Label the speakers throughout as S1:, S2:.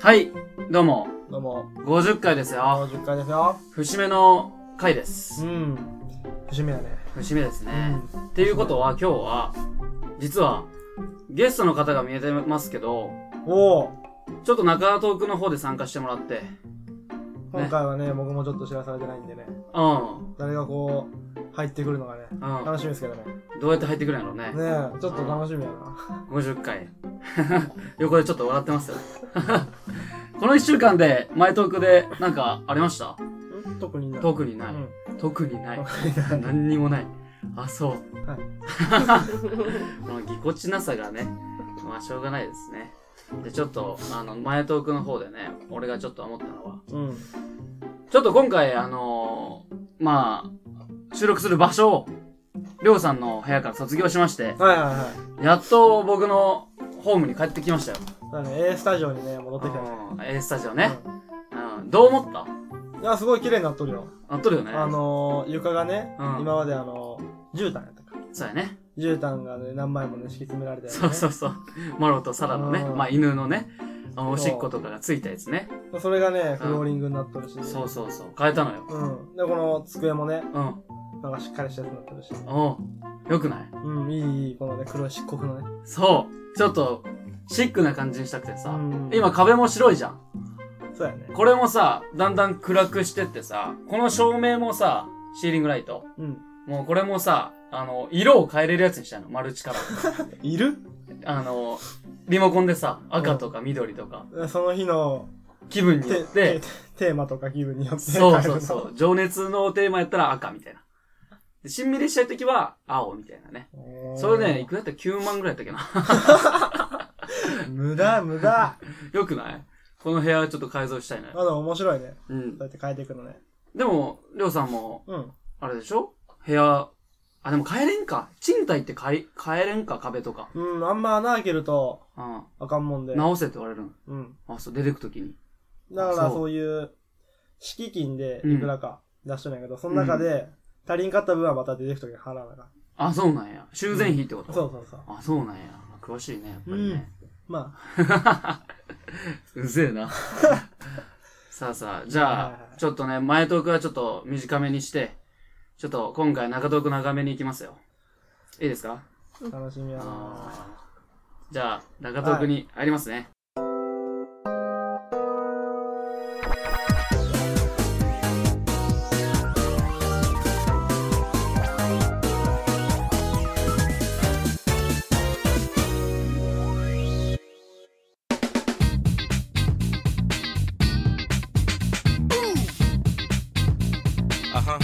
S1: はい、どうも、
S2: どうも、
S1: 50回ですよ。
S2: 50回ですよ。
S1: 節目の回で
S2: う
S1: す。
S2: ん。節目だね。
S1: 節目です
S2: う
S1: ね。
S2: ん。
S1: っていうことは、今日は、実は、ゲストの方が見えてますけど、
S2: おお、
S1: ちょっと中田トークの方で参加してもらって、
S2: 今回はね、僕もちょっと知らされてないんでね、
S1: う
S2: 誰がこう、入ってくるのがね、
S1: ん、う
S2: 楽しみですけどね。ね
S1: ん。どうやって入ってくるんやろうね。
S2: え、ちょっと楽しみやな。
S1: 50回。 横でちょっと笑ってますよ。 この1週間で、前トークで、なんか、ありました
S2: うん特にない。
S1: 特にない。
S2: うん
S1: 特にない。
S2: 特にない。
S1: 何にもない。あ、そう。
S2: はい
S1: このぎこちなさがね、まあしょうがないですね。で、ちょっと、あの、前トークの方でね、俺がちょっと思ったのは、
S2: うん。
S1: ちょっと今回、あのーまあ、収録する場所を、りょうさんの部屋から卒業しまして、
S2: はいはいは
S1: やっと僕のホームに帰ってきましたよ。
S2: い。だからね、A スタジオにね、戻ってきたね。
S1: うん A スタジオね。うん。どう思った
S2: うん。いや、すごい綺麗になっとるよ。
S1: なっとるよね。
S2: あのー、床がね、
S1: うん
S2: 今まであのー、絨毯やったか。
S1: そうやね。
S2: 絨毯がね、何枚もね、敷き詰められてる、ね。
S1: そうそうそう。マロとサラのね、
S2: うん
S1: まあ犬のね、あのおしっことかがついたやつね。
S2: それがね、フローリングになっとるし。
S1: そうそうそう。変えたのよ。
S2: うん。で、この机もね、
S1: うん。
S2: なんかしっかりしたやつになってるし。
S1: おうよくない
S2: うん、いい、いい、このね、黒い漆黒のね。
S1: そう。ちょっと、シックな感じにしたくて
S2: う
S1: さ。
S2: ん、
S1: 今、壁も白いじゃん。
S2: そうやね。
S1: これもさ、だんだん暗くしてってさ、この照明もさ、シーリングライト。
S2: うん。
S1: もうこれもさ、あの、色を変えれるやつにしたの。マルチカラー。
S2: いる
S1: あの、リモコンでさ、赤とか緑とか、
S2: その日の
S1: 気分によ
S2: テ
S1: って
S2: テ、テーマとか気分によって
S1: そうそうそ
S2: 変え
S1: う。情熱のテーマやったら赤みたいな。でしんみりしたい時は青みたいなね。
S2: るの。
S1: それね、いくらやったら9万ぐらいやったっけな。
S2: 無駄、無駄。
S1: よくないこの部屋ちょっと改造したいね。
S2: あ、でも面白いね。
S1: うん
S2: そう。やって変えていくのね。
S1: でも、りょうさんも、
S2: うん。
S1: あれでしょ部屋、あ、でも帰れんか。賃貸って買い、帰れんか、壁とか。
S2: うん、あんま穴開けると
S1: うん。
S2: あかんもんで。
S1: 直せって言われるん。
S2: うん。
S1: あ、そう、出てくときに。
S2: だから
S1: そう
S2: そういう、敷金でいくらか出しとるんやけど、その中で、足りんかった分はまた出てくときに払わなあかん
S1: あ、そうなんや。修繕費ってこと、
S2: そうそうそう。
S1: あ、そうなんや。詳しいね、やっぱりね。
S2: ま
S1: うぜえな。 さあさあ、じ
S2: はい
S1: ゃ
S2: はいは
S1: あ、
S2: い
S1: ちょっとね、前トークはちょっと短めにして、ちょっと今回中トーク長めに行きますよ。いいですか
S2: あ、楽しみやな。
S1: あーじゃあ、中トークに入りますね。
S3: Uh-huh.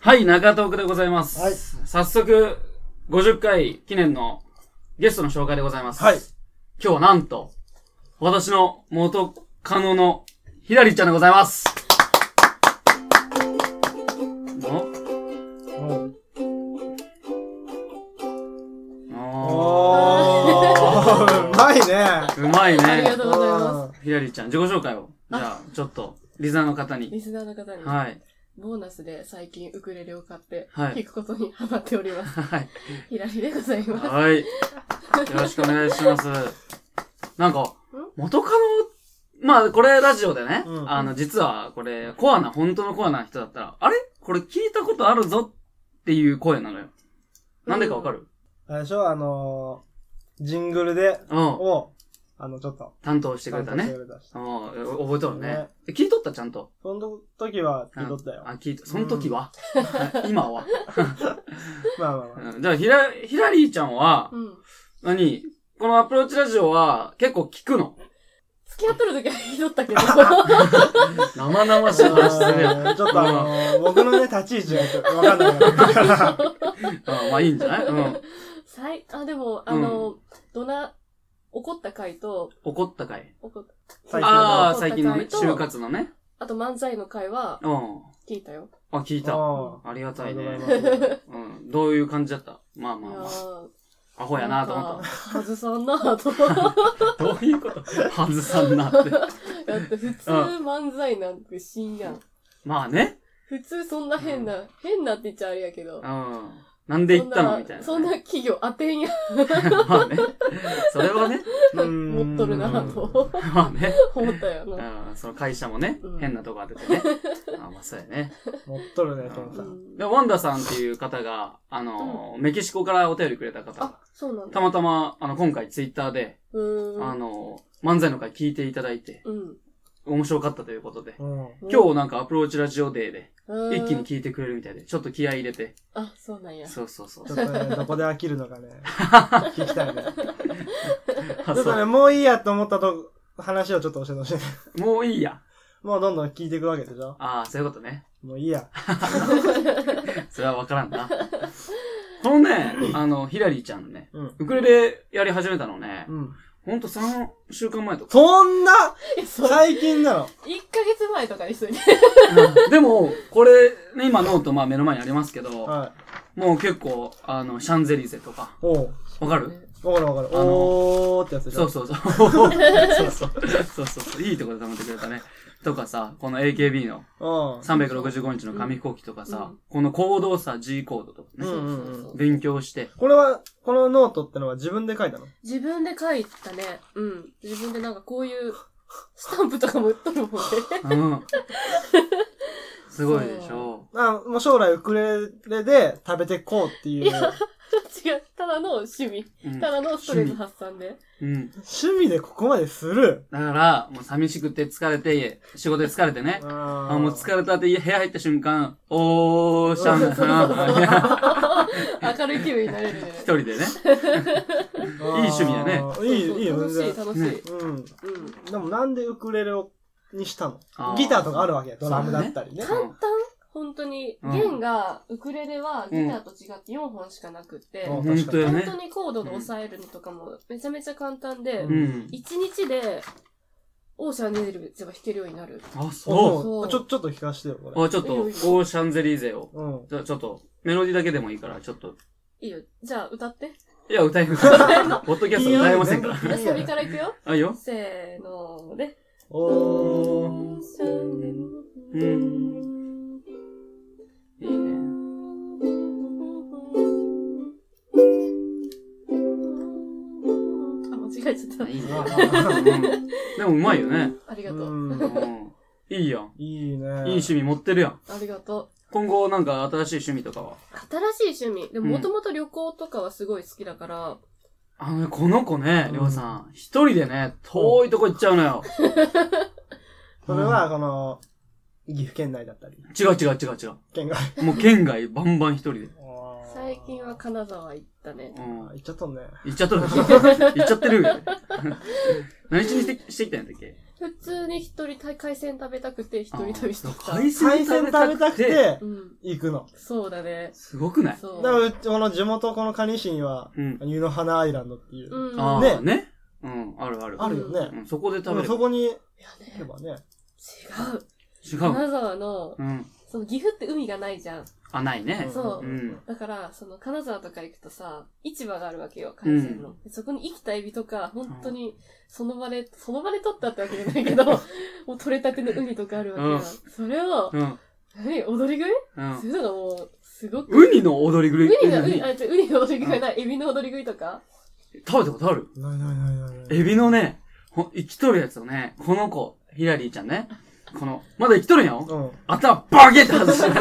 S1: はい、中トークでございます。
S2: はい
S1: 早速、50回記念のゲストの紹介でございます。
S2: はい
S1: 今日はなんと、私の元カノのひらりちゃんでございます。
S2: もう
S1: おお
S2: お ー、うまいね。
S1: ーうまい
S4: ありが
S1: ね。
S4: とうございま
S1: ひらりちゃん、自己紹介を。じゃあ、ちょっと、リザーの方
S4: す。
S1: に。
S4: リスナーの方に、
S1: はい。
S4: ボーナスで最近ウクレレを買って、
S1: はい
S4: 弾くことにハマっており ます。
S1: はい。
S4: ひらりでございます。
S1: はい。よろしくお願いします。なんか、元カノ、まあ、これラジオでね、
S2: うん
S1: あの、実はこれ、コアな、本当のコアな人だったら、あれこれ聞いたことあるぞっていう声なのよ。なんでかわかる
S2: あれでしょ、あのー、ジングルで、
S1: うん。
S2: を、あの、ちょっと、
S1: 担当してくれた
S2: 担当し
S1: ね
S2: て。くれたし
S1: うん、覚えとるね
S2: ね。
S1: え聞いとったちゃんと。
S2: その時は聞いとったよ。
S1: あ、聞いと、その時は、 今は、
S2: まあまあまあ。
S1: うんじゃあ、ひら、ひらりーちゃんは、
S4: うん。
S1: 何このアプローチラジオは結構聞くの。
S4: 付き合っとる時はひどったけど、あ
S1: 生々しい話するやん。
S2: あーちょっとあのー、僕のね、立ち位置がわかんなくな るから。
S1: うんまあいいんじゃないうん。
S4: 最あ、でも、あの、どな、怒った回と、
S1: 怒ったかい。
S4: 怒った、
S2: 最近
S1: あ
S2: の
S1: あ、最近のね、就活のね。
S4: あと漫才の回は
S1: うん。
S4: 聞いたよ。
S1: あ、聞いた。
S2: あ
S1: ありが
S2: ーあ
S1: た
S2: り
S1: い
S2: がとう
S1: ね
S2: ご。ざいます。
S1: うん。どういう感じだったまあ
S4: い
S1: ま
S4: や
S1: あま
S4: ー
S1: あ。アホやなと思っ
S4: はずさんなぁ と。だ
S1: た。どういうこと外さんなって。
S4: って普通漫才なんてしんやん。
S1: まあね。
S4: 普通そんな変な、変なって言っちゃあれやけ
S1: う。
S4: ど
S1: ん。なんで行ったのみたいな。
S4: そんな企業当てんや、
S1: まあね。それはね。
S4: 持っとるな
S2: うん
S4: と
S1: まあね。
S4: 思ったよ
S1: う
S4: な。
S1: ん、その会社もね、
S4: うん
S1: 変なとこ当ててね。あまあそうやね。
S2: 持っとるね、トム
S4: う
S2: さん。
S4: ん
S1: で、ワンダさんっていう方が、あの、メキシコからお便りくれた方
S4: あ
S1: が、、
S4: そうなん
S1: た
S4: だ。
S1: またま、あの、今回ツイッターで、
S4: うーん。
S1: あの、漫才の回聞いていただいて、
S4: うん。
S1: 面白かったということで、
S2: うん。
S1: 今日なんかアプローチラジオデーで、
S4: うん、
S1: 一気に聞いてくれるみたいで、ちょっと気合い入れて、
S4: あ、そうなんや。
S1: そうそうそう
S2: ちょ。っとね、どこで飽きる のかね、聞きたいね。
S1: あ
S2: ちょっと
S1: そ
S2: ね、もういいやと思ったと、話をちょっと教えてほしいね。
S1: うもういいや。
S2: もうどんどん聞いていくわけでしょ
S1: ああ、そういうことね。
S2: もういいや。
S1: それはわからんな。このね、あの、ヒラリーちゃんね、
S2: うん。
S1: ウクレレやり始めたのね、
S2: うん。
S1: ほんと3週間前とか。
S2: そんない
S4: や、それ、
S2: 最近なの
S4: 1ヶ月前とかにしといて。
S1: でも、これ、ね、今ノートまあ目の前にありますけど、
S2: はい。
S1: もう結構、あの、シャンゼリゼとか、
S2: おう。
S1: わかる
S2: わかるわかる。
S1: あの
S2: おーってやつでし
S1: そ
S2: ょ
S1: うそうそう。そうそうそうそうそう。いいところで溜めてくれたね。とかさ、この AKB の
S2: うん。
S1: 365日の紙飛行機とかさ、
S4: うん
S1: この行動さ、G コードとかね、
S2: うんうん
S4: そうそうそう
S1: 勉強して、
S2: これは、このノートってのは自分で書いたの
S4: 自分で書いたね。うん。自分でなんかこういう、スタンプとかも売っとるもんね。
S1: うん。すごいでしょ。
S2: あ、もう将来ウクレレで食べてこうっていう。
S4: 違う。ただの趣味。
S1: うん
S4: ただのストレス発散で。
S1: うん。
S2: 趣味でここまでする
S1: だから、もう寂しくて疲れて、仕事で疲れてね。
S2: あ
S1: あ、もう疲れたって部屋入った瞬間、おー、シャ ンシャン。
S4: 明るい気分になれるね。
S1: 一人でね。
S2: いい
S1: 趣味だね
S2: いい、いいよ、
S4: 楽し
S2: 全
S4: い、
S2: 然。
S4: 楽しい。
S2: うん。
S4: うん。
S2: でもなんでウクレレを、にした
S1: あ
S2: の
S1: ー
S2: ギターとかあるわけドラムだったりね。
S1: そうね
S4: 簡単本当に、
S1: うん
S4: 弦が、ウクレレはギターと違って4本しかなくて、
S2: うん
S1: 本当よ
S4: 本
S1: ね
S4: 当。にコードで押さえるのとかもめちゃめちゃ簡単で、
S2: う
S1: うん。
S4: 一1日で、オーシャンネルズが弾けるようになる。
S1: あ、
S2: お
S1: そ
S2: そう
S4: そう
S2: ちょ、ちょっと聞かせてよ、
S1: う。
S2: こ
S1: あ、ちょっと、オーシャンゼリーゼを。
S2: れ。うん。
S1: じゃあちょっと、メロディーだけでもいいから、ちょっと。
S4: いいよ。じゃあ、歌って。
S1: いや、歌いま せん。ポッドキャスト歌えませんか
S2: い
S1: ら
S2: い。よ
S4: サビからいくよ。
S1: あ、いいよ。
S4: せーので。
S2: おー。
S1: うんいいね。
S4: あ、間違えちゃっ
S1: いいね。
S2: あ
S1: うんでも、うまいよね。
S4: た。ありがとう。
S1: う
S2: うん
S1: ん。いいやん。
S2: い
S1: いい
S2: いね。
S1: 趣味持ってるやん。
S4: ありがとう。
S1: 今後、なんか、新しい趣味とかは。
S4: 新しい趣味。でも、
S1: うん
S4: もともと旅行とかはすごい好きだから、
S1: あのね、この子ね、
S2: うん
S1: りょうさん、一人でね、遠いとこ行っちゃうのよ。
S2: それは、この、岐阜県内だったり、
S1: 違う違う違う違う。
S2: 県外。
S1: もう県外バンバン一人で。
S4: 最近は金沢行っ たね。
S1: うん
S2: あ。行っちゃったね。
S1: 行っちゃったの行っちゃってる。何しにしてしてきたんだっけ
S4: 普通に一人た海鮮食べたくて一人旅してきた。
S1: 海鮮
S2: 海
S1: 食
S2: 鮮
S1: べ
S2: 食
S1: た
S2: べ
S1: く
S2: た
S1: て
S2: くて
S4: う、ん。
S2: 行くの。
S4: そうだね。
S1: すごくない
S4: そ
S2: だ
S4: う。
S2: から、うちこの地元、この蟹市には、
S1: うん。
S2: 湯の花アイランドっていうう。
S4: ん。
S1: ああ、
S2: ね
S1: ねね。うん、あるある。
S2: あるよね。
S1: うん、そこで
S2: で
S1: 食べ
S2: も
S1: る。
S2: そこに
S4: いや
S2: 行け
S4: ね、
S2: ばね。
S4: 違う。
S1: 違う。
S4: 金沢の、
S1: うん。
S4: その岐阜って海がないじゃん。
S1: あ、ないね。
S4: そ
S1: う
S4: う
S1: ん。
S4: だから、その金沢とか行くとさ、市場があるわけよ、海鮮の。そこに生きたエビとか、本当に、その場で、その場で取ったってわけじゃないけど、もう取れたての海とかあるわけよ。
S1: うん
S4: それを、
S1: うん。
S4: 何踊り食い
S1: うん
S4: そう。いうのがもう、すごく。
S1: ウニの踊り狂
S4: ウ
S1: い。
S4: ニの、ウニ、
S1: 食
S4: あ、違うウニの踊り食いない、エビの踊り食いとか
S1: べたことある
S2: ないないないないない。
S1: エビのね、ほん生きとるやつをね、この子、ヒラリーちゃんね。この、まだ生きとるんやん。
S2: うん。
S1: 頭バゲって外してね。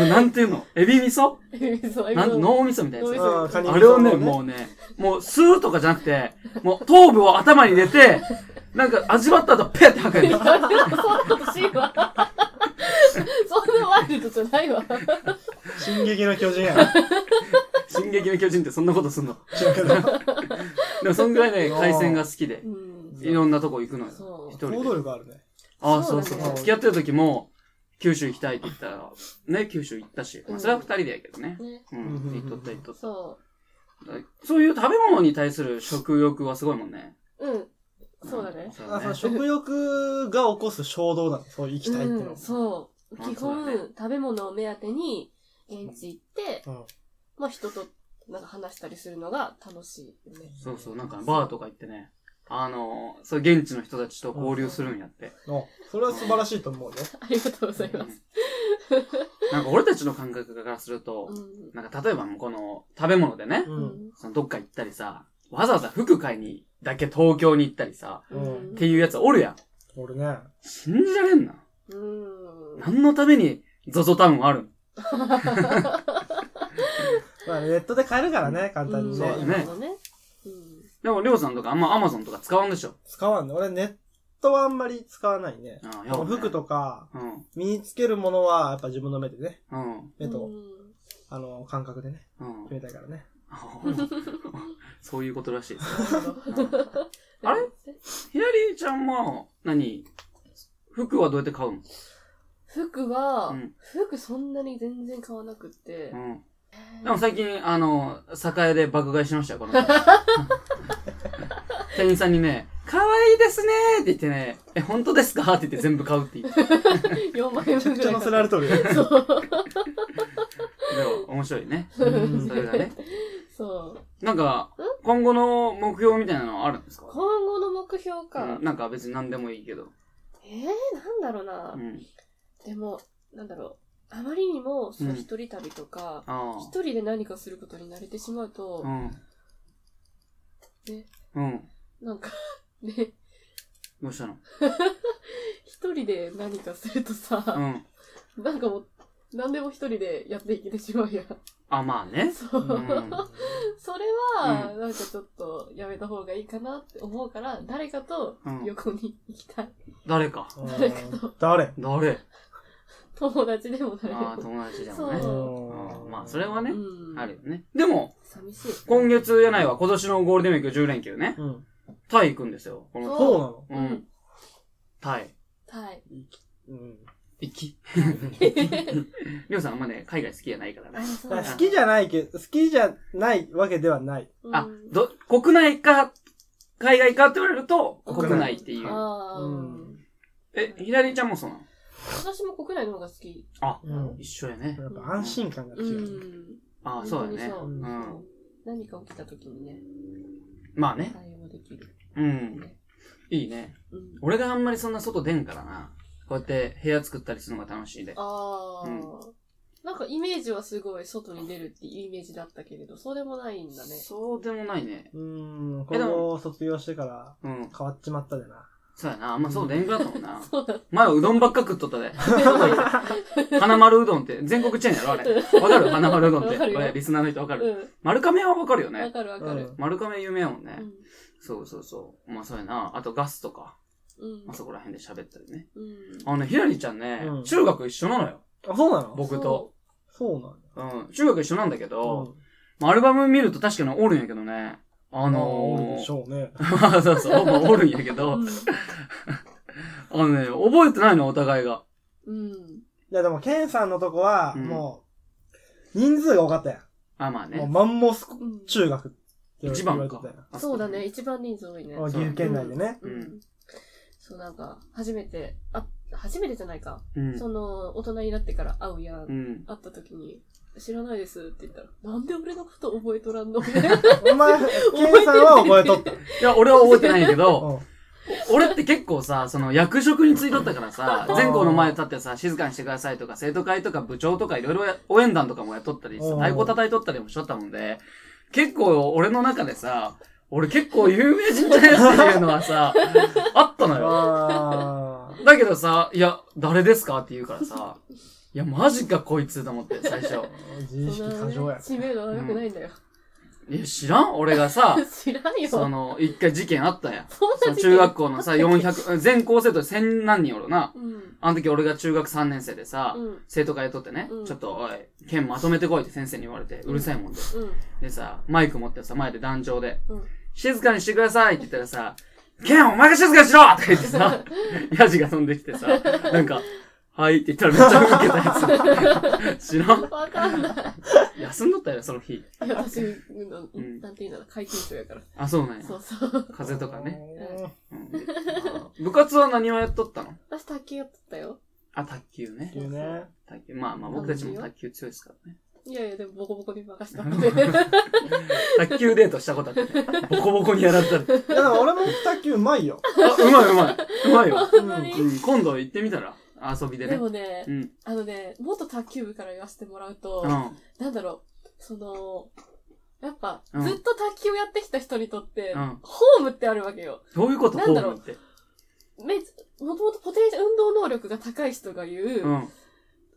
S1: もう なんていうのエビ味噌
S4: エビそう、エビ
S1: なんて
S4: の。
S1: 脳味噌みたいなやつ。
S2: あーカニ
S1: あれをね、
S2: 味噌
S1: もうね、もう吸うとかじゃなくて、もう頭部を頭に入れて、なんか味わった後、ペッて吐くやつ。
S4: そんなことしいわ。そんなワイルドじゃないわ。
S2: 進撃の巨 人やな。
S1: 進撃の巨人ってそんなことすんの。
S2: 知らんけど
S1: でもそんぐら いね、海鮮が好きで
S4: う、ん。
S1: いろんなとこ行くのよ。
S4: そう
S1: 一
S2: 行
S1: 人
S2: 動
S1: で。
S2: 力あるね。
S1: ああ、
S4: そ
S1: そうう
S4: だね
S1: そうそう。付き合ってる時も、九州行きたいって言ったら、ね、九州行ったし、まあそれは二人でやけどね。
S4: ね。
S1: うん、行っとった行っとっ
S4: そ
S1: た。そういう食べ物に対する食欲はすごいもんね。
S4: う。うん。そうだね。
S1: そう
S2: あ、
S1: だ
S2: そ
S1: ね
S2: の食欲が起こす衝動なの。そういう行きたいっての
S4: う
S2: は
S4: ん、。そう。
S1: あ
S4: 基
S1: そうだね
S4: 本、食べ物を目当てに、現地行って、
S2: うん
S4: まあ人と、なんか話したりするのが楽しいよね。
S1: そうそう、なんかバーとか行ってね、あの、そう、現地の人たちと交流するんやって。
S2: おそれは素晴らしいと思うよ。
S4: ありがとうございます。
S1: うんなんか俺たちの感覚からすると
S4: う、ん。
S1: なんか例えばもうこの食べ物でね、
S2: う。
S4: うんん。
S1: そのどっか行ったりさ、わざわざ服買いにだけ東京に行ったりさ、
S2: うん
S1: っていうやつおるやん。
S2: 俺ね、
S1: 信じられんな。
S4: うん。
S1: 何のために ZOZO タウンあるん
S2: まあ、ネットで買えるからね、簡単
S4: うん
S2: に
S1: そうだね
S2: ね。
S4: なるほどね。うん。
S1: でも、りょうさんとかあんま Amazon とか使わんでしょ。
S2: 使わんね。俺、ネットはあんまり使わないね。
S1: ああ、や
S2: この服
S1: か。
S2: とか、
S1: うん。
S2: 身につけるものは、やっぱ自分の目でね、
S1: うん。
S2: 目と、
S4: うん
S2: あの、感覚でね、
S1: うん
S2: 決。めたいからね。
S1: そういうことらしいです。
S4: なるほ ど
S1: あれひらりちゃんは、何服はどうやって買うの
S4: 服は、
S1: うん
S4: 服そんなに全然買わなくって
S1: う、ん。でも最近、あの、栄で爆買いしましたよ、この子。店員さんにね、可愛いですねーって言ってね、え、本当ですかって言って全部買うって言って。
S4: 4万円
S2: めちゃ
S4: 分
S2: く
S4: ぐ
S2: ち
S4: ら
S2: ゃ
S4: い
S2: 乗せられとるよ。
S1: でも、面白いね。
S2: う
S1: そ
S2: ん
S1: れがね。
S4: そう。
S1: なんか、今後の目標みたいなのあるんですか
S4: 今後の目標か。
S1: うんなんか別に何でもいいけど。
S4: えー、なんだろうな
S1: う。ん。
S4: でも、なんだろう。あまりにも、そうの
S1: ん
S4: 一人旅とか、
S1: あ
S4: 一人で何かすることに慣れてしまう
S1: あ。
S4: と
S1: う、ん。
S4: ね
S1: うん。
S4: なんか、ね、
S1: どうしたの
S4: 一人で何かするとさ、
S1: うん。
S4: なんかもう、何でも一人でやっていけてしまうやん。
S1: あ、まあね。
S4: そうう。
S1: ん。
S4: それは、
S1: う
S4: なんかちょっとやめた方がいいかなって思うから、誰かと
S1: うん
S4: 旅行に行きたい。
S1: 誰か。
S2: うん誰
S1: 誰
S4: 友達でも誰で
S1: あ
S4: も
S1: あ、。友達で
S4: そ
S1: も
S4: う
S1: ね。
S2: う
S1: うんんまあ、それはね、
S4: うん
S1: あるよね。でも、
S4: 寂しい。
S1: 今月じゃないわ、今年のゴールデンウィーク10連休ね。
S2: うん。
S1: タイ行くんですよ。この、
S2: そうな
S1: う
S2: の
S4: うん
S1: ん。タイ。
S4: タイ。
S2: うん。
S1: 行き。りょうさんあんまね、海外好きじゃないからね。
S4: そ
S2: だから好きじゃないけど、好きじゃないわけではない。
S1: あ
S4: う、ん
S1: ど、国内か、海外かって言われると、
S2: 国内
S1: 国内っていう。
S4: あー
S2: うん
S1: え、ひらりちゃんもそうなの
S4: 私も国内の方が好き。
S1: あ、
S2: うん
S1: 一緒やね。
S2: やっぱ安心感が
S4: う
S2: 違う。
S4: ん。
S1: あそうだね
S4: 本。当
S1: う
S4: にそう。そ
S1: ん。
S4: う何か起きた時にね、
S1: まあね。
S4: 対応できる。
S1: うん。いいね。
S4: うん。
S1: 俺があんまりそんな外出んからな。こうやって部屋作ったりするのが楽しいで。
S4: ああ、
S1: う
S4: なんかイメージはすごい外に出るっていうイメージだったけれど、そうでもないんだね。
S1: そうでもないね。
S2: うん、
S1: えで
S2: 高
S1: も
S2: 校卒業してから
S1: うん。
S2: 変わっちまったでな。
S1: そうやな。あんまそう出んくなったもんな。
S4: そうだっ
S1: 前はうどんばっか食っとったで。 花丸うどんって全国チェーンやろあれ。わかる花丸うどんって。
S4: わかるよ
S1: これリスナーの人わか
S4: た。
S1: る。
S4: う
S1: 丸亀はわかるよ
S4: ん。わ
S1: ね。
S4: かるわかる。
S1: 丸亀有名やもんね
S4: う。ん。
S1: そうそうそう。まあそうやな。あとガスとか。
S4: うん
S1: まあ。そこら辺で喋ったりね。
S4: うん
S1: あのね、ひらりちゃんね
S2: う、ん
S1: 中学一緒なのよ。
S2: あ、そうなの
S1: 僕と。
S2: そうな
S1: う
S2: の
S1: ん。中学一緒なんだけど、
S2: うん
S1: まあアルバム見ると確かにおるんやけどね。あ
S2: おる
S1: の
S2: でし
S1: ー、
S2: ょうね。
S1: そうそう、まあ、おるんやけど、あのね、覚えてないの、お互いが。
S4: うん。
S2: いや、でも、ケンさんのとこは、
S1: うん
S2: もう、人数が多かったや
S1: あ、まあ
S2: ん。もう、
S1: ね。
S2: マンモス
S4: うん
S2: 中学って言わ
S1: 一
S2: れ
S1: 番
S2: て
S1: か
S2: たやん。。
S1: あ
S4: そうだね、。一番人数多いね。
S2: あ岐阜県内でね。
S1: うん
S4: うんそう、なんか、初めて、あ、初めてじゃないか。
S1: うん。
S4: その、大人になってから会うやん。
S1: うん。
S4: 会った時に、知らないですって言ったら、なんで俺のこと覚えとらんの
S2: お 前、ケンさんは覚えとった。
S1: いや、俺は覚えてないんやけど、
S2: うん
S1: 俺って結構さ、その役職に就いとったから さ、全校の前立ってさ、静かにしてくださいとか、生徒会とか部長とかいろいろ応援団とかもやっとったりさ、
S2: うん
S1: 太鼓叩いとったりもしとったもんで、結構俺の中でさ、俺結構有名人じゃないっていうのは さ、あったのよ。
S2: あ
S1: だけどさ、いや、誰ですかって言うからさ、いや、マジかこいつと思って、最初。
S2: ー自意識
S4: そん
S2: 過
S4: な
S2: 剰
S4: ね
S2: や。
S4: 知名度は良くないんだよ。
S1: いや、知らん俺がさ、
S4: 知らんよ。
S1: その、一回事件あったやん。
S4: そん
S1: そ
S4: な
S1: の
S4: 時期
S1: 中学校のさ、400、全校生徒1000何人おるな。
S4: うん。
S1: あの時俺が中学3年生でさ、
S4: うん。
S1: 生徒会とってね、
S4: うん
S1: ちょっと、おい、剣まとめてこいって先生に言われて、うるさいもんで。
S4: うん。
S1: でさ、マイク持ってさ、前で壇上で、
S4: うん
S1: 静かにしてくださいって言ったらさ、剣お前が静かにしろって言って さ、ヤジが飛んできてさ、なんか、はいって言ったらめっちゃウケたや つ。知らん
S4: わかんない。
S1: 休んどったよ、その日。
S4: いや、私、うん
S1: ん
S4: なんていうんだろう、回転長やから。
S1: あ、そうなんや。
S4: そうそう。
S1: 風邪とかね。
S2: うん。
S1: うん部活は何をやっとったの
S4: 私、卓球やってたよ。
S1: あ、卓球ね
S2: って。いうね。
S1: 卓球。まあまあ僕たちも卓球強いですからね。
S4: いやいや、でもボコボコに任せたので。 う
S1: 卓球デートしたことあって、ボコボコにやられたら。
S2: いや、でも俺も卓球うまいよ。
S1: あ、うまいうまい。うまいよ。
S4: んまり
S1: うん、今度行ってみたら、遊びで
S4: で
S1: ね。
S4: もね
S1: う、ん。
S4: あのね、元卓球部から言わせてもらうと
S1: う、ん。
S4: なんだろう、その、やっぱ、
S1: うん
S4: ずっと卓球をやってきた人にとって、
S1: うん
S4: ホームってあるわけよ。
S1: どういうこと
S4: なんだろ
S1: ホ
S4: う
S1: ームって。
S4: め、もともとポテンシャル、運動能力が高い人が言う、
S1: うん。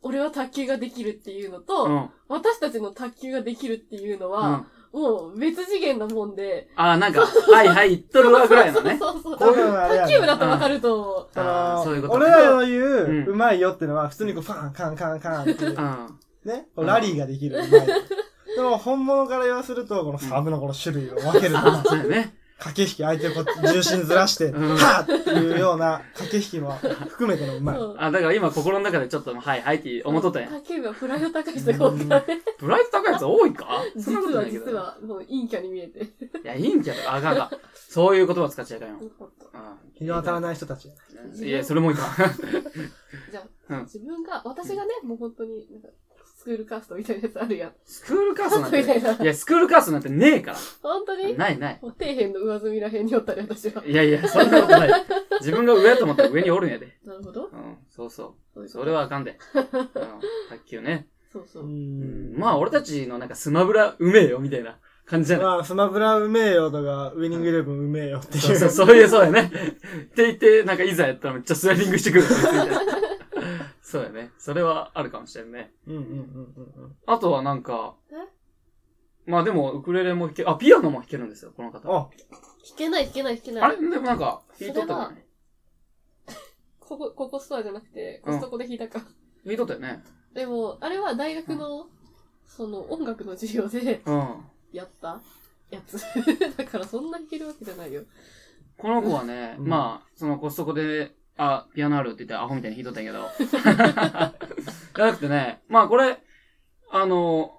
S4: 俺は卓球ができるっていうの
S1: う
S4: と、
S1: ん。
S4: 私たちの卓球ができるっていうの
S1: う
S4: は
S1: ん、
S4: もう別次元なもんで、
S1: ああ、なんか、はいはい、言っとるわぐらいのね。
S4: そうそうそ
S2: 多
S4: う。
S2: 分あれや
S4: 卓
S2: ね
S4: 球部だとわかると思う。
S2: そ
S1: あーそういうこ
S2: の
S1: とね
S2: 俺らの言
S1: うん。
S2: う、うまいよってのは、普通にこう、ファン、カン、カン、カンっていううんね、こうラリーができる、うまい。でも、本物から言わせると、このサーブのこの種類を分けると
S1: あ
S2: か
S1: あ、、そうやね。
S2: 駆け引き、相手をこう、重心ずらして、
S1: うん
S2: はぁっていうような 駆け引きも含めてのうまい。
S4: そう
S1: あ、だから今心の中でちょっと、はいはいって思っとったんや。
S4: 卓球部はフライが高い人が多くて、
S1: プライス高いやつ多いかそん
S4: 実
S1: なことな
S4: はい
S1: けど。
S4: 実
S1: い
S4: は、もう陰キャに見えて。
S1: や、いいんじゃないあかんあかん。そういう言葉使っちゃいかんよ。うん
S2: 日の当たらない人たち。
S1: いや、それもいいかん。
S4: じゃ
S1: うん
S4: あ、自分が、私がね、もう本当に、なんか、スクールカーストみたいなやつあるやん。
S1: スクールカーストなん
S4: みたいな
S1: て、いや、スクールカーストなんてねえから。
S4: 本当に
S1: ないない。
S4: もう底辺の上積みら辺におったね、私は。
S1: いやいや、そんなことない。自分が上やと思ったら上におるんやで。
S4: なるほど。
S1: うん、そうそう。
S4: そういうこと
S1: それ。はあかんで。うん、卓球ね。
S4: そうそうう。
S2: ん。
S1: まあ、俺たちのなんかスマブラうめえよ、みたいな感じじゃない
S2: まあ、スマブラうめえよとか、ウィニングイレブンうめえよって
S1: そう
S2: い
S1: そう、
S2: う。
S1: そういう、そうやね。って言って、なんかいざやったらめっちゃスライディングしてくる。みたいなそうやね。それはあるかもしれんね。
S2: うんうんうんうんうん。
S1: あとはなんか、まあでも、ウクレレも弾け、あ、ピアノも弾けるんですよ、この方。
S2: あ、
S4: 弾けない、弾けない、弾け
S1: あ
S4: ない
S1: れ。でもなんか、弾いとったよね。
S4: ここ、ここストアじゃなくて、
S1: うん
S4: コストコで弾いたか。
S1: 弾いとったよね。
S4: でも、あれは大学の、その、音楽の授業で
S1: うん。
S4: やったやつ。 だからそんな弾けるわけじゃないよ。
S1: この子はね、
S2: うん
S1: まあ、そのコストコで、あ、ピアノあるって言ってアホみたいに弾いとったんやけど。 じゃなくてね、まあこれ、あの、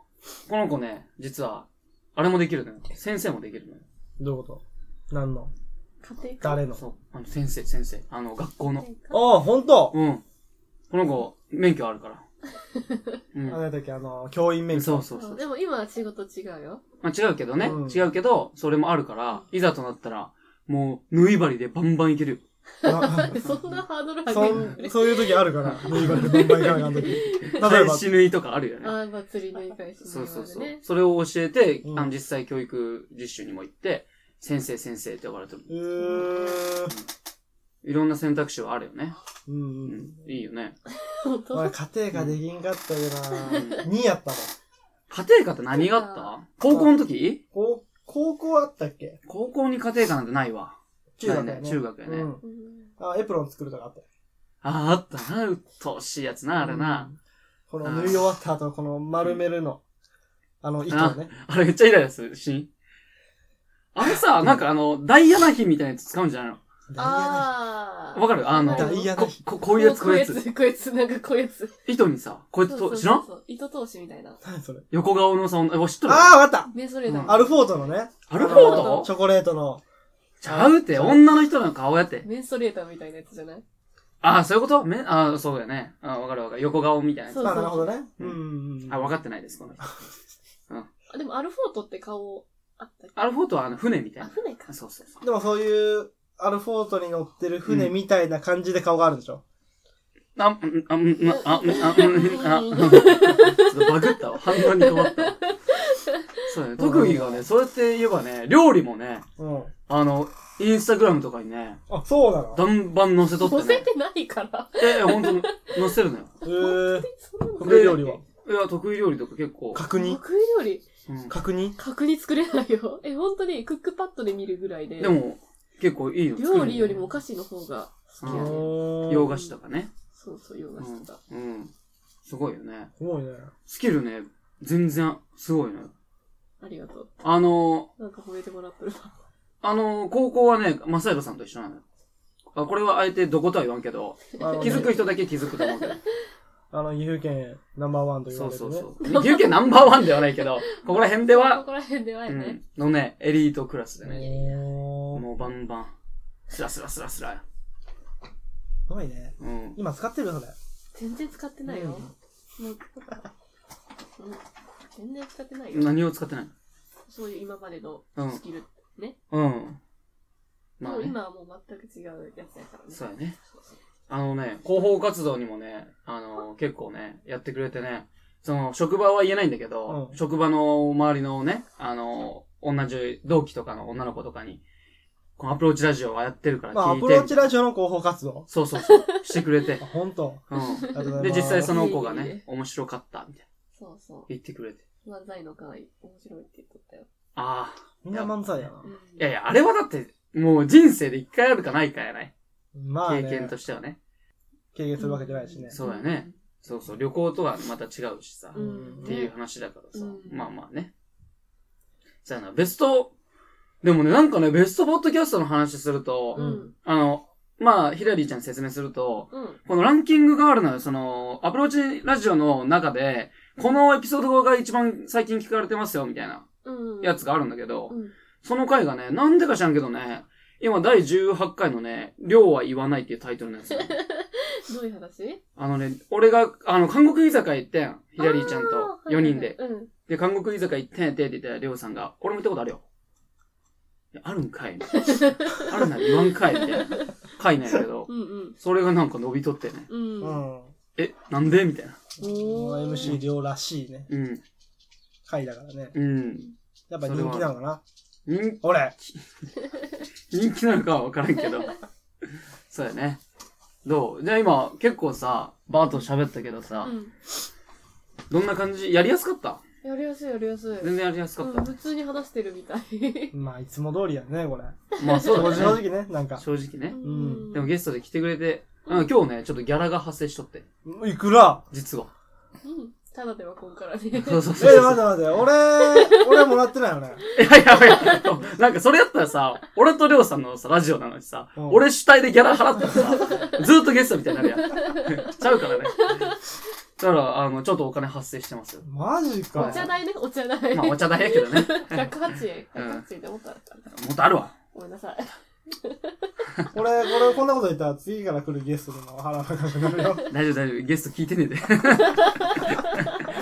S1: この子ね、実は、あれもできるのよ。先生もできるのよ。
S2: どういうこと何の
S4: 家庭科
S2: 誰の
S1: そう。あの、先生、先生。あの、学校の。
S2: ああ、ほんと
S1: うん。この子、免許ある から。う
S2: あ
S1: ん。
S2: の時、あの、教員免許。
S1: そうそうそう。
S4: でも今は仕事違うよ。
S1: まあ、違うけどね、
S2: うん
S1: 違うけど、それもあるから、いざとなったら、もう、縫い針でバンバンいけるよ。
S2: あ
S4: そんなハードル
S2: そ
S4: 上げ
S2: ん
S4: る。
S2: そういう時あるから、縫い針でバンバンいかなあかん時。例えば、
S1: 返し縫いとかあるよね。
S4: ああ、祭りの言い返し
S1: そうそうそう
S4: ね。。
S1: それを教えて、
S2: うん
S1: あの実際教育実習にも行って、先生先生って呼ばれてる。
S2: えー、
S1: いろんな選択肢はあるよね。
S2: うん
S1: う
S2: うん。
S1: ん。いいよね。
S4: 本当
S2: 俺、家庭ができんかった
S1: う
S2: よ
S1: ん
S2: な2やったもん。
S1: 家庭科って何があった高校の時
S2: 高高校あったっけ
S1: 高校に家庭科なんてないわ。
S2: 中学
S1: な
S2: や
S1: い
S2: ね。
S1: ね中学やね。
S2: うん
S4: うん
S2: あ、エプロン作るとかあったよ
S1: ああ、あったな。うっとうしいやつな、あれな。。
S2: この縫い終わった後、この丸めるの、あの糸をね。
S1: あれめっちゃイライラするシーン。あれさ、なんかあの、ダイヤナ妃みたいなやつ使うんじゃないの
S4: ああ。
S1: わかるあの、
S4: ダ
S2: イヤナ
S1: こ
S2: 妃、
S1: ここういうやつ、こういうや
S4: こうい
S1: つ。
S4: うやつ、こういうやつ、なんかこういうやつ。
S1: 糸にさ、こうやって
S4: そうそ
S1: と、
S4: う
S1: 知らん
S4: そう糸通しみたいな。
S2: 何それ。
S1: 横顔のさ、女お知っとる
S2: ああ、わかっ
S4: メソレー
S1: う
S4: ダ
S1: ん
S2: たアルフォートのね。
S1: アルフォー
S2: あ
S1: ト
S2: のチョコレートの。
S1: ちゃうって、女の人の顔やって。
S4: メンソレーターみたいなやつじゃない
S1: ああ、そういうことめああ、そうだよね。ああ、わかるわかる。横顔みたいなやつ
S4: そ。う
S2: まあ、なるほどね。
S1: う
S2: うんんうんうん。
S1: あ、わかってないです、この人。
S4: あでもアルフォートって顔あったっけ
S1: アルフォートはあの、船みたい
S4: あ、
S1: な。
S4: 船か
S1: あ。そうそうそう。
S2: でもそういう、アルフォートに乗ってる船みたいな感じで顔があるんでしょ、
S1: あ、ん、あ、ん、あ、ん、あ、ん、あ、ん、あ、ん、ちょっとバグったわ。反応に止まったわ。そうだ ね。特技がね、そうやって言えばね、料理もね、
S2: うん。
S1: あの、インスタグラムとかにね、
S2: あ、そうなの
S1: バンバン載せと
S4: 乗
S1: っ
S4: せ
S1: てね。
S4: てないから。
S1: え、ほんと、載せてるのよ。
S2: えー、
S4: そんなの
S2: 得意料理はい
S1: や、得意料理とか結構。
S2: 角煮
S4: 得意料理、
S1: うん
S2: 角煮
S4: 角煮作れないよ。え、本当にクックパッドで見るぐらいで。
S1: でも、結構いいの作る
S4: 料理よりもお菓子の方が好きやね。
S2: おー
S1: 洋菓子とかね。
S4: そうそう、洋菓子とか。
S1: うん。うん。すごいよね。
S2: すごいね。
S1: スキルね、全然、すごいのよ。
S4: ありがとう。
S1: あの、
S4: なんか褒めてもらってるな。
S1: あの、高校はね、マサイロさんと一緒なのよ。あ、これはあえてどことは言わんけど、
S2: あのね
S1: 気づく人だけ気づくと思うけど。
S2: あの、岐阜県ナンバーワンと 言
S1: そ
S2: わ
S1: う
S2: れ
S1: そ
S2: る
S1: う
S2: ね。
S1: そう。岐阜県ナンバーワンではないけど、ここら辺で
S4: こ
S1: は、
S4: こら辺では
S1: う
S4: やね
S1: ん。、のね、エリートクラスでね、
S2: おーす
S1: もうバンバン、スラスラスラスラ。
S2: ごいね。
S1: うん。
S2: 今使ってるよ、それ。
S4: 全然使ってないよ。なんか全然使ってないよ。
S1: 何を使ってない
S4: そういう今までの
S1: の
S4: スキル。
S1: うん。うん。ま
S4: も
S1: あ、
S4: う
S1: ね、
S4: 今はもう全く違うやつやからね。
S1: そうやね。
S4: そうそう
S1: あのね、広報活動にもね、あの、結構ね、やってくれてね、その、職場は言えないんだけど、
S2: うん
S1: 職場の周りのね、あの、同じ同期とかの女の子とかに、このアプローチラジオはやってるから
S2: まあ、ア
S1: 聞い
S2: プ
S1: て、
S2: ローチラジオの広報活動。
S1: そうそう そう、してくれて
S2: あ、、ほんと。
S1: うん。
S2: ありがとうござい
S1: で、
S2: ます
S1: 実際その子が
S4: いえいえ
S1: ね、面白かった、みたいな、
S4: そうそ
S1: 言ってくれて。
S4: う。漫才の回、面白いって言っとったよ。
S1: ああ、
S2: みんな漫才やな
S4: う。ん
S1: いやいや、あれはだって、もう人生で一回あるかないかやない。
S2: まあ、
S1: 経
S2: ね、
S1: 験としてはね。
S2: 経験するわけじゃないしね。
S1: そうだよね。そうそう、旅行とはまた違うしさ。
S4: うん。
S1: っていう話だからさ。
S4: うん
S1: まあまあね。じゃあな、ベスト、でもね、なんかね、ベストポッドキャストの話すると、
S4: うん。
S1: あの、まあ、ヒラリーちゃんに説明すると、
S4: うん。
S1: このランキングがあるのよ、その、アプローチラジオの中で、このエピソードが一番最近聞かれてますよ、みたいな
S4: うん。
S1: やつがあるんだけど、
S4: うん。
S1: その回がね、なんでか知らんけどね、今第18回のね、量は言わないっていうタイトルなんですよ。
S4: どういう話
S1: あのね、俺が、あの、韓国居酒屋行ってん、ヒラリーちゃんと4人で。。
S4: あーはいはいはいうん。
S1: で、韓国居酒屋行ってんやてって言ったら、りょうさんが、俺も行ったことあるよ。いやあるんかい。みたいなあるなら言わんかい。みたいな回なんやけど、
S4: うんうん。
S1: それがなんか伸びとってね。
S4: うん。
S2: う
S4: お
S2: ん。
S1: え、なんでみたいな。
S4: ー
S2: MC 量らしいね。
S1: うん。
S2: 回だからね。
S1: うん。
S2: やっぱ人気なのかな。
S1: 人
S2: 俺、
S1: 人気なのかはわからんけど。そうやね。どうじゃあ今、結構さ、バーと喋ったけどさ、
S4: うん。
S1: どんな感じやりやすかった
S4: やりやすいやりやすい。
S1: 全然やりやすか
S4: う
S1: っ
S4: ん
S1: た。
S4: 普通に話してるみたい。
S2: まあ、いつも通りやね、これ。
S1: まあそう
S2: 正
S1: だね。
S2: 直ね、なんか。
S1: 正直ね。
S2: ん
S1: でもゲストで来てくれて、うん、今日ね、ちょっとギャラが発生しとって、
S2: いくら
S1: 実は。
S4: うんただではこんからね。
S1: そうそうそうそう。
S2: え、待って待って、俺、俺もらってないよね。
S1: いやいやいや、なんかそれやったらさ、俺とりょうさんのさ、ラジオなのにさ、
S2: うん
S1: 俺主体でギャラ払ったらさ、ずーっとゲストみたいになるやん。ちゃうからね。だから、あの、ちょっとお金発生してますよ。
S2: マジか
S4: お。茶代ね、お茶代。
S1: まあ、お茶代やけどね。
S4: 108円。
S1: うん
S4: 108円で思ったら。
S1: もっとあるわ。
S4: ごめんなさい。
S2: 俺、俺こんなこと言ったら次から来るゲストでも払わなくなるよ。
S1: 大丈夫大丈夫。ゲスト聞いてねえで。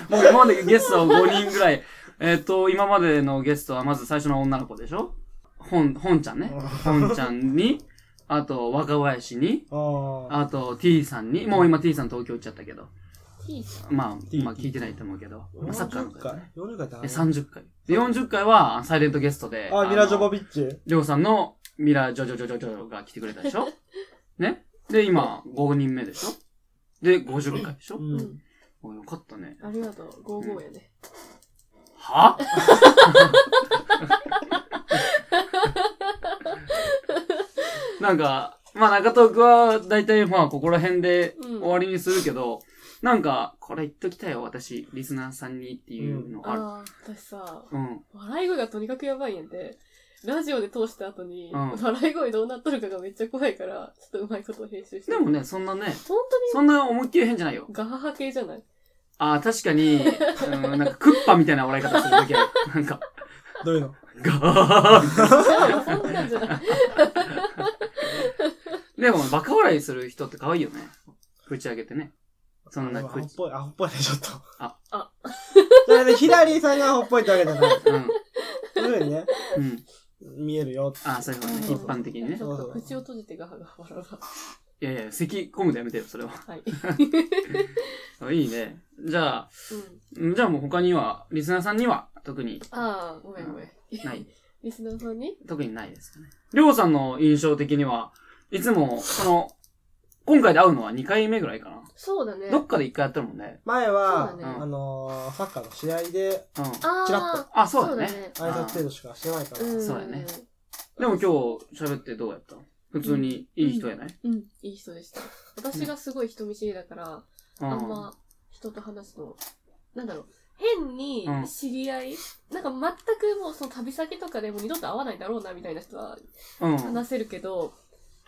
S1: もう今までゲストは5人ぐらい。えっ、と、今までのゲストはまず最初の女の子でしょほん、ほんちゃんね。ほんちゃんに、あと、若林に、
S2: ああ。
S1: あと、T さんに、もう今 T さん東京行っちゃったけど。
S4: T さん。
S1: まあ
S2: T、
S1: まあ聞いてないと思うけど、まあ、サッカーの
S2: 40
S1: 方
S2: 回
S1: ね。
S2: ?40 回だ
S1: で、30回。で、40回は、あサイレントゲストで、
S2: あ、ミラ・ジョボ
S1: ビ
S2: ビッチ。
S1: りょうさんのミラ・ジョジョジョジョジョが来てくれたでし ょねで、今、5人目でしょで、50回でしょ
S2: う。
S4: うんん。
S1: およかったね。
S4: ありがとう。55やね。
S1: はなんか、まあ中東区は大体まあここら辺で
S4: うん
S1: 終わりにするけど、なんか、これ言っときたいよ、私、リスナーさんにっていうのがある。
S4: ああ、私さ、
S1: うん。
S4: 笑い声がとにかくやばいんやで、ラジオで通した後に、
S1: うん
S4: 笑い声どうなっとるかがめっちゃ怖いから、ちょっとうまいこと編集して。
S1: でも、ね、そんなね、
S4: 本
S1: そんな思いっきり変じゃないよ
S4: 当。にガハハ系じゃない
S1: ああ、確かに、うん、なんかクッパみたいな笑い方する ときある。なんか、
S2: どういうの
S1: ガーッ
S4: そんなんじゃない。
S1: でも、バカ笑いする人って可愛いよね。口開けてね。そんな
S2: アホっ
S1: 口。
S2: ぽい、アホっぽいね、ちょっと。
S1: あ
S4: あ。
S2: それで、ヒラリーさんがアホっぽいってわけじゃない。
S1: うん。
S2: そういうふうにね、
S1: うん。
S2: 見えるよ。
S1: ああ、そういうことね。
S4: うん
S1: 一般的にね
S4: ち。ょっと口を閉じてガハガハ笑うわ。
S1: いやいや、咳込むのやめてよ、それは。
S4: はい。
S1: いいね。じゃあ、
S4: うん。
S1: んじゃあもう他には、リスナーさんには特に
S4: ああ、ごめんごめん。
S1: ない、
S4: リスナーさんに
S1: 特にないですかね。りょうさんの印象的には、いつも、その、今回で会うのは2回目ぐらいかな。
S4: そうだね。
S1: どっかで1回やってるもんね。
S2: 前は
S4: そう、
S1: だね
S2: あのー、サッカーの試合で
S1: うん。
S4: あ
S2: チラッ
S4: あ
S1: あ、そうだね。
S2: 挨拶程度しかしてないか
S4: ー、
S2: ら。
S4: ん
S1: そうやね。でも今日喋ってどうやった普通にいい人やない、
S4: うん、いい人でした。私がすごい人見知りだから、
S1: うん、
S4: あんま人と話すの、なんだろう、変に知り合い、なんか全くもうその旅先とかでも二度と会わないだろうなみたいな人は
S1: うん。
S4: 話せるけど、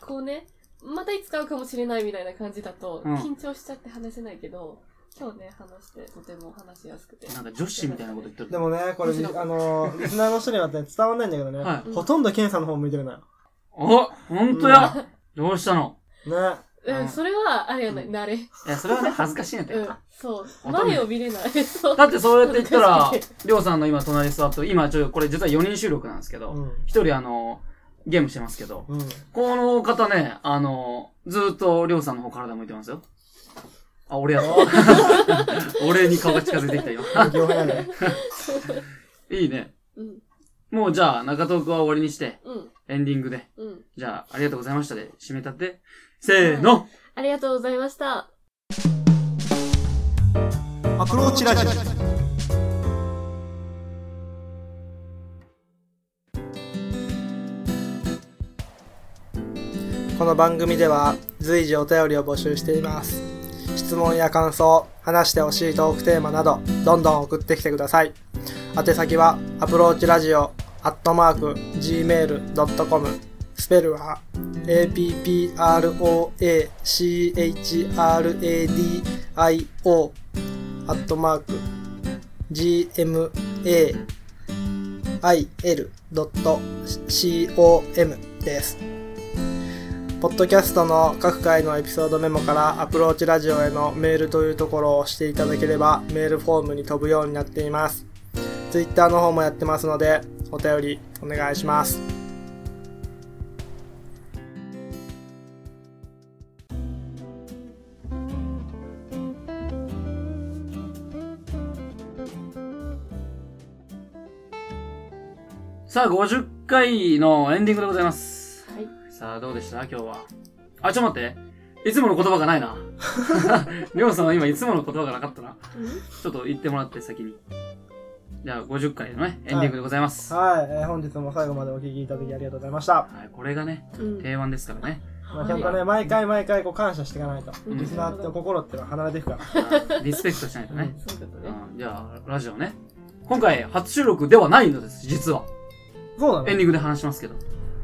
S4: こうね、またいつか会うかもしれないみたいな感じだと、
S1: うん
S4: 緊張しちゃって話せないけど、今日ね、話してとても話しやすくて。
S1: なんか女子みたいなこと言ってる。
S2: でもね、これ、
S4: 面白い
S2: あのー、リスナーの人にはね、伝わんないんだけどね、
S1: はい
S2: ほとんどケンさんの方向いてるのよ。
S1: おほんとや、どうしたの
S2: ね。
S4: うん、それは、あれやない、
S1: う
S4: 慣れ。
S1: いや、そ れはね、恥ずかしいんやった
S4: う
S1: よ
S4: ん。そう。
S1: わかんない
S4: 前を見れない。 そう。
S1: だってそうやって言ったら
S4: 恥ずか、
S1: りょうさんの今隣に座って、今ちょ、これ実は4人収録なんですけ
S2: う
S1: ど、
S2: ん。
S1: 一、人あの、ゲームしてますけど、
S2: うん。
S1: この方ね、あの、ずーっとりょうさんの方体向いてますよ。あ、俺や った。俺に顔が近づいてきた今。
S2: 業界やね。
S1: いいね。
S4: うん。
S1: もうじゃあ、中東区は終わりにして、
S4: うん。
S1: エンディングで。
S4: うん。
S1: じゃあ、ありがとうございましたで、締めたって。せーの、
S4: ありがとうございました。
S2: アプローチラジオ。この番組では随時お便りを募集しています。質問や感想、話してほしいトークテーマなど、どんどん送ってきてください。宛先は、アプローチラジオ、アットマーク、gmail.com、スペルは、approachradio アットマーク gmail.com です。ポッドキャストの各回のエピソードメモからアプローチラジオへのメールというところを押していただければメールフォームに飛ぶようになっています。ツイッターの方もやってますのでお便りお願いします。
S1: さあ、50回のエンディングでございます。
S4: はい。
S1: さあ、どうでした今日は。あ、ちょっと待って。いつもの言葉がない な。りょうさんは今いつもの言葉がなかったな。ちょっと言ってもらって先に。じゃあ、50回のね、エンディングでございます。は
S2: はい、えー本日も最後までお聞きいただきありがとうございました。
S1: い、これがね、
S4: うん。
S1: 定番です からね。
S2: まあ、ちゃんとね、毎回毎回こう感謝していかないと。
S4: うん
S2: リスナーって心ってのは離れていくから。
S1: リスペクトしないとね。
S4: そういうこと
S1: う
S4: ね。
S1: ん、じゃあ、ラジオね。今回、初収録ではないのです、実は。
S2: そうなの
S1: エンディングで話しますけど。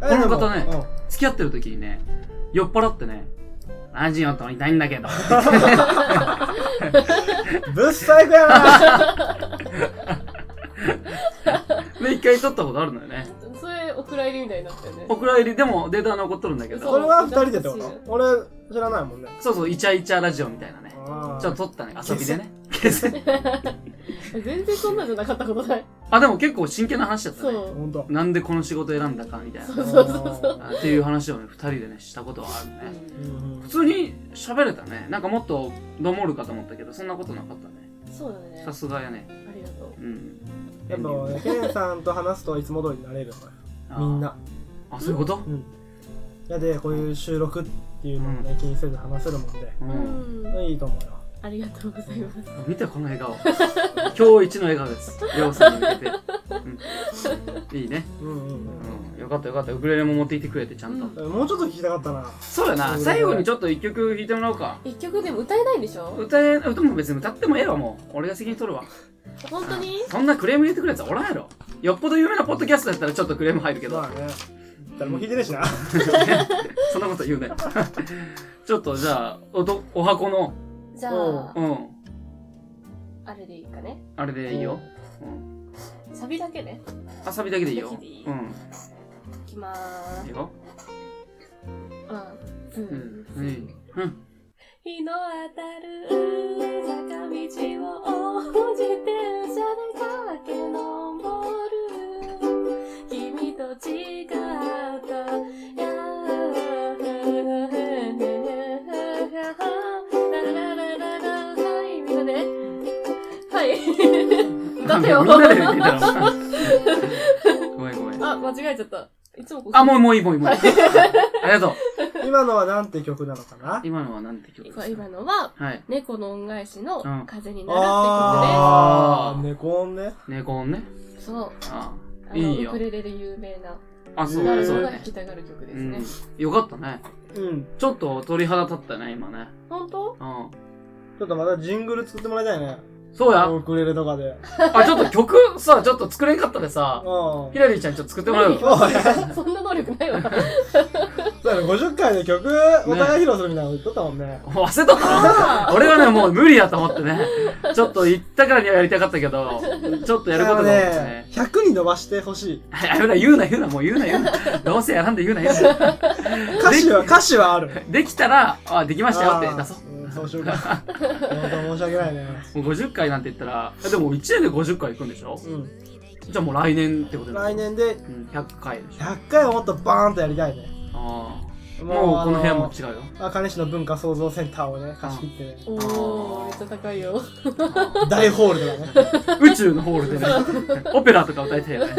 S2: えでも
S1: この方ね
S2: うん
S1: 付き合ってる時にね、酔っ払ってね、何人よとりたいんだけ ど。
S2: ぶっ最悪やな
S1: で、一回撮ったことあるのよね。
S4: それ、お蔵入りみたいになったよね。
S1: お蔵入りでもデータは残っとるんだけ
S2: そ
S1: ど
S2: れは二人でってこと俺知らないもんね
S1: そうそうイチャイチャラジオみたいなねちょっ
S2: と
S1: と撮ったね遊びでね決戦
S4: 全然そんなんじゃなかったことない。
S1: あでも結構真剣な話だった
S4: そ
S1: ね
S4: う。
S2: ほんと
S1: なんでこの仕事選んだかみたい
S4: そう
S1: な
S4: そうそうそう。
S1: あっていう話をね二人でねしたことはあるね
S2: うんうん
S1: 普通に喋れたねなんかもっとどもるかと思ったけどそんなことなかったね
S4: そうだね
S1: さ。すがやね
S4: ありがとう。
S1: うん
S2: やっぱねケンさんと話すといつも通りになれる
S1: あー
S2: のみんな
S1: あそういうこと
S2: うんやでこういう収録っていうのをね気にせず話せるもんで
S1: う
S4: うんん。
S2: いいと思うよ
S4: ありがとうございます。
S1: 見てこの笑顔 今日一の笑顔ですりょうさんに向けて、うん、いいね、
S2: うんうん
S1: うん、よかったよかったウクレレも持ってきてくれてちゃんと、
S4: うん
S2: うんもうちょっと聞きたかったな
S1: そうやな、
S2: うん
S1: 最後にちょっと一曲弾いてもらおうか。
S4: 一曲でも歌えないんでしょ
S1: 歌え、歌も別に歌ってもええわ、もう。俺が責任取るわ。
S4: 本当に
S1: うんそんなクレーム入れてくるやつはおらんやろ。よっぽど有名なポッドキャストやったらちょっとクレーム入るけど
S2: まあ、ね誰も聞いてねえしな
S1: そんなこと言うね。 ちょっとじゃあ、おと、お箱の、
S4: じゃ
S2: うん
S4: あ
S1: う、ん、
S4: あれでいいかね。
S1: あれでいいよ。うん。
S4: サビだけね。
S1: あさびだけでいいよ。
S4: サ
S1: うん。
S4: ビでいい
S1: い
S4: いきまー
S1: い
S4: す。
S1: よ。
S4: ワン、ツ
S1: う
S4: ー
S1: ん。、うん。うん。
S4: 日の当たる坂道を自転車で駆け上る君と違ったはいみんなで はい歌ってよ
S1: みんなで見てたら。ごめんごめん。
S4: あ間違えちゃったいつもこ
S1: あ、もうもういいもういいも ういい。ありがとう。
S2: 今のはなんて曲なのかな
S1: 今のはなんて曲です
S4: 今
S1: か
S4: 今のは
S1: はい。
S4: 猫の恩返しの風にならっ
S2: あ
S1: あ
S2: ー
S1: ー
S2: 猫音ね
S1: 猫音ね。
S4: て曲でそう
S1: あ
S4: あ
S1: あいい
S4: のウ
S1: よ
S4: ク。レレで有名な
S1: あ、そう
S4: な
S1: だ
S4: る
S1: そ
S4: ほ
S1: う
S4: ど
S1: だ
S4: 弾
S1: ね
S4: き。たがる曲です
S1: う
S4: ね
S1: ん。。よかったね。
S2: うん
S1: ちょっと鳥肌立ったね、今ね。
S4: 本当
S1: う
S2: ちょっとまたジングル作ってもらいたいね
S1: ん。そうや。
S2: ウクレレとかで
S1: あ、ちょっと曲さ、ちょっと作れんかったでさ、
S2: うん
S1: ひらりちゃんにちょっと作ってもらうよ。
S2: おい
S4: そんな能力ないわ。
S2: そうやの50回で曲、お互い披露するみたいなこと言っとったもんね。
S1: 忘れとった俺はね、もう無理やと思ってね。ちょっと言ったからにはやりたかったけど、ちょっとやることが多くてね。
S2: でも100に伸ばしてほしい。
S1: はい危ない、言うな、言うな、もう言うな、言うな。どうせやらんで言うな、言うな。
S2: 歌詞は、歌詞はある。
S1: できたら、あ、できましたよって出そう。
S2: あーうんそうしよ うか。本当申し訳ないね。
S1: もう50回なんて言ったら、えでも1年で50回行くんでしょ
S2: うん。
S1: じゃあもう来年ってことだ
S2: 来。年で
S1: うん、100回でしょ。
S2: 100回をもっとバーンとやりたいね。
S1: ああ。もうこの部屋も違うよ。
S2: あの赤西の文化創造センターをね、貸し切ってね、
S4: おー、めっちゃ高いよ。
S2: 大ホールとかね、
S1: 宇宙のホールでね、オペラとか歌いたいよね。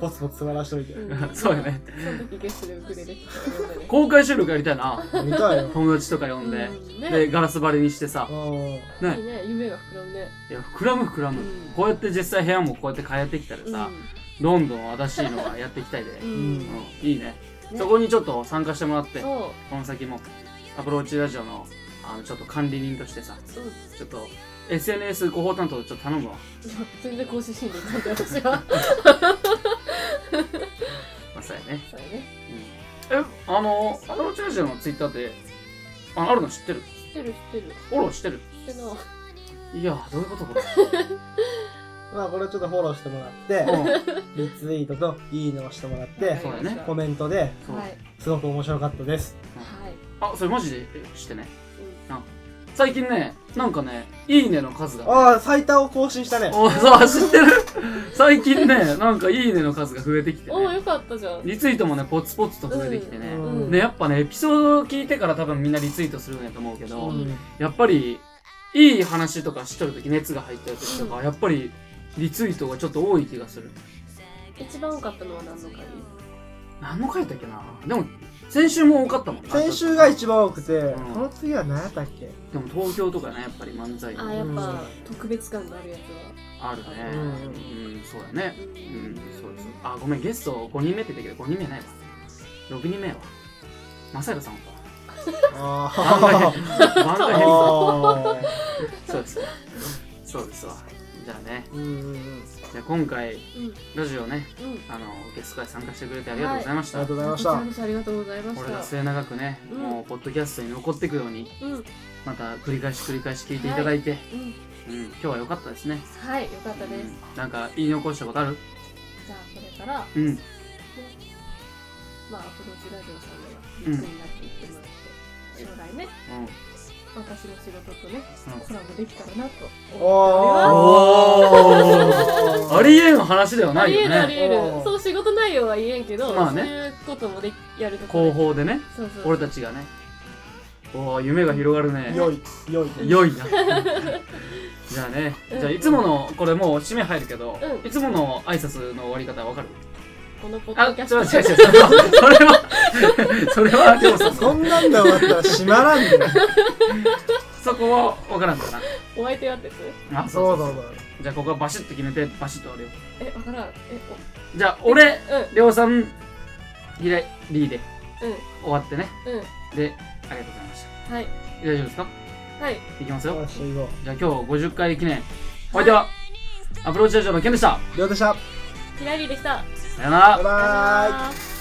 S2: ポツポツ座らしといて。
S4: うん
S1: そうよね。
S4: その時ゲストでウクレレ弾いてくれたね
S1: 公開収録やりたいな。
S2: 見たいよ。
S1: 友達とか呼んで。
S4: うん
S1: で、
S4: ね
S1: ガラス張りにしてさ
S2: う。ん。
S4: いいね、夢が膨らむね。
S1: いや、膨らむ膨らむ
S4: うん。
S1: こうやって実際部屋もこうやって変えてきたらさ、どんどん新しいのがやっていきたいで。
S4: う。
S1: うんん、
S4: うん
S1: いいね。
S4: ね
S1: そこにちょっと参加してもらって、こ
S4: そ
S1: の先も、アプローチラジオの、あの、ちょっと管理人としてさ、
S4: う。うん
S1: ちょっと、SNS 広報担当ちょっと頼むわ。
S4: いや全然更新しんでいたんで、私は。
S1: まあ、そうやね。
S4: そうやね。
S1: うん、え、あの、アプローチラジオのツイッターって、ああるの知ってる
S4: 知ってる、知ってる。
S1: フォローしてる
S4: 知っての、
S1: いや、どういうことこれ。
S2: まあこれちょっとフォローしてもらって、
S1: うん、
S2: リツイートといいねをしてもらっ
S4: わ
S2: て
S4: か、
S1: そうだ
S4: りまし
S1: ね
S4: た
S2: コメントで
S1: そう
S4: はい。
S2: すごく面白かったです。
S4: はい。
S1: あ、それマジでしてね。あ最近ね、なんかね、いいねの数が、
S2: ああ、最多を更新したね。
S1: おそう、知ってる最近ね、なんかいいねの数が増えてきて、
S4: おー、
S1: ね、
S4: よかったじゃん。
S1: リツイートもね、ポツポツと増えてきてね。
S2: うん
S1: で、やっぱね、エピソードを聞いてから多分みんなリツイートするんやと思うけど、
S2: うん
S1: やっぱり、いい話とかしとるとき熱が入ったやつとか、やっぱり、リツイートがちょっと多い気がする。
S4: 一番多かったのは何の回
S1: 何の回だっけなでも、先週も多かったもんな
S2: 先週が一番多くて、
S1: ん
S2: その次は何やったっけ
S1: でも東京とかね、やっぱり漫才
S4: あー、やっぱ、特別感のあるやつ
S1: あるね。うん、そうだね。
S4: は。
S1: うん、そうです。あ、ごめん、ゲスト5人目って言ったけど、5人目ないわ。6人目は。まさやかさんか。
S2: あ
S1: 漫画編。漫
S2: あ
S1: 画編か。
S2: ああ。
S1: そうです。そうですわ。じゃあね、
S2: うんうんうん。
S1: じゃあ今回、
S4: うん。うん。
S1: ラジオね、
S4: うん。
S1: あの、ゲスト会参加してくれてありがとうございまし
S2: あり
S1: た。
S2: がとうございまし
S4: こち
S2: た
S4: ら。こそありがとうございま
S1: これが
S4: した。
S1: 末永くね、
S4: うん
S1: もう、ポッドキャストに残っていくように、
S4: うん。うん。
S1: また繰り返し繰り返し聞いていただいて、うん、今日は良かったですね。
S4: はい、よかったです。
S1: うんなんか、言い残したことある
S4: じゃあ、これから、ね
S1: うん。
S4: まあ、アプローチラジオさんでは、リスになっていってもらって、将来ね、私の仕事とね、コラボできたらなと
S1: お
S2: お
S1: ありえん話では
S4: あ
S1: ない
S4: りえ
S1: よ
S4: るあり
S1: ね。
S4: える
S2: おー
S4: そう仕事内容は言えんけど、
S1: まあね
S4: そういうこともできやるとか
S1: 広報でね、
S4: そうそう
S1: 俺たちがね。おお、夢が広がるね。
S2: 良い、良い。
S1: 良いな。じゃあね、じゃあいつもの、これもう締め入るけど、
S4: うん
S1: いつもの挨拶の終わり方わかる
S4: このポッ
S1: あ、
S4: ドキ
S1: 違う違う
S4: ャ
S1: 違う。
S4: ス
S1: それ
S4: ト
S1: は、それは、でもさ、
S2: そんなんで終わったら閉まらんね
S1: そこはわからんか
S4: お相手はってつ
S1: な。あ、
S2: そうそうそう。
S1: じゃあここはバシッと決めて、バシッと終わるよ。
S4: えわからんえ
S1: じゃあ、俺、
S4: おうん
S1: りょうさん、ひらりーで
S4: う
S1: 終わってね。
S4: んう
S1: で、
S4: ん
S1: ありがとうございました。
S4: はい
S1: 大丈夫ですか
S4: はい
S1: いきますよ。
S2: よし、行こ
S1: じゃあ今日50回記念。お相手は、アプローチラジオのケンでした。
S2: う。りょうでした。
S4: ひらりでした
S1: さよなら
S2: バイ。バーイ。
S4: イ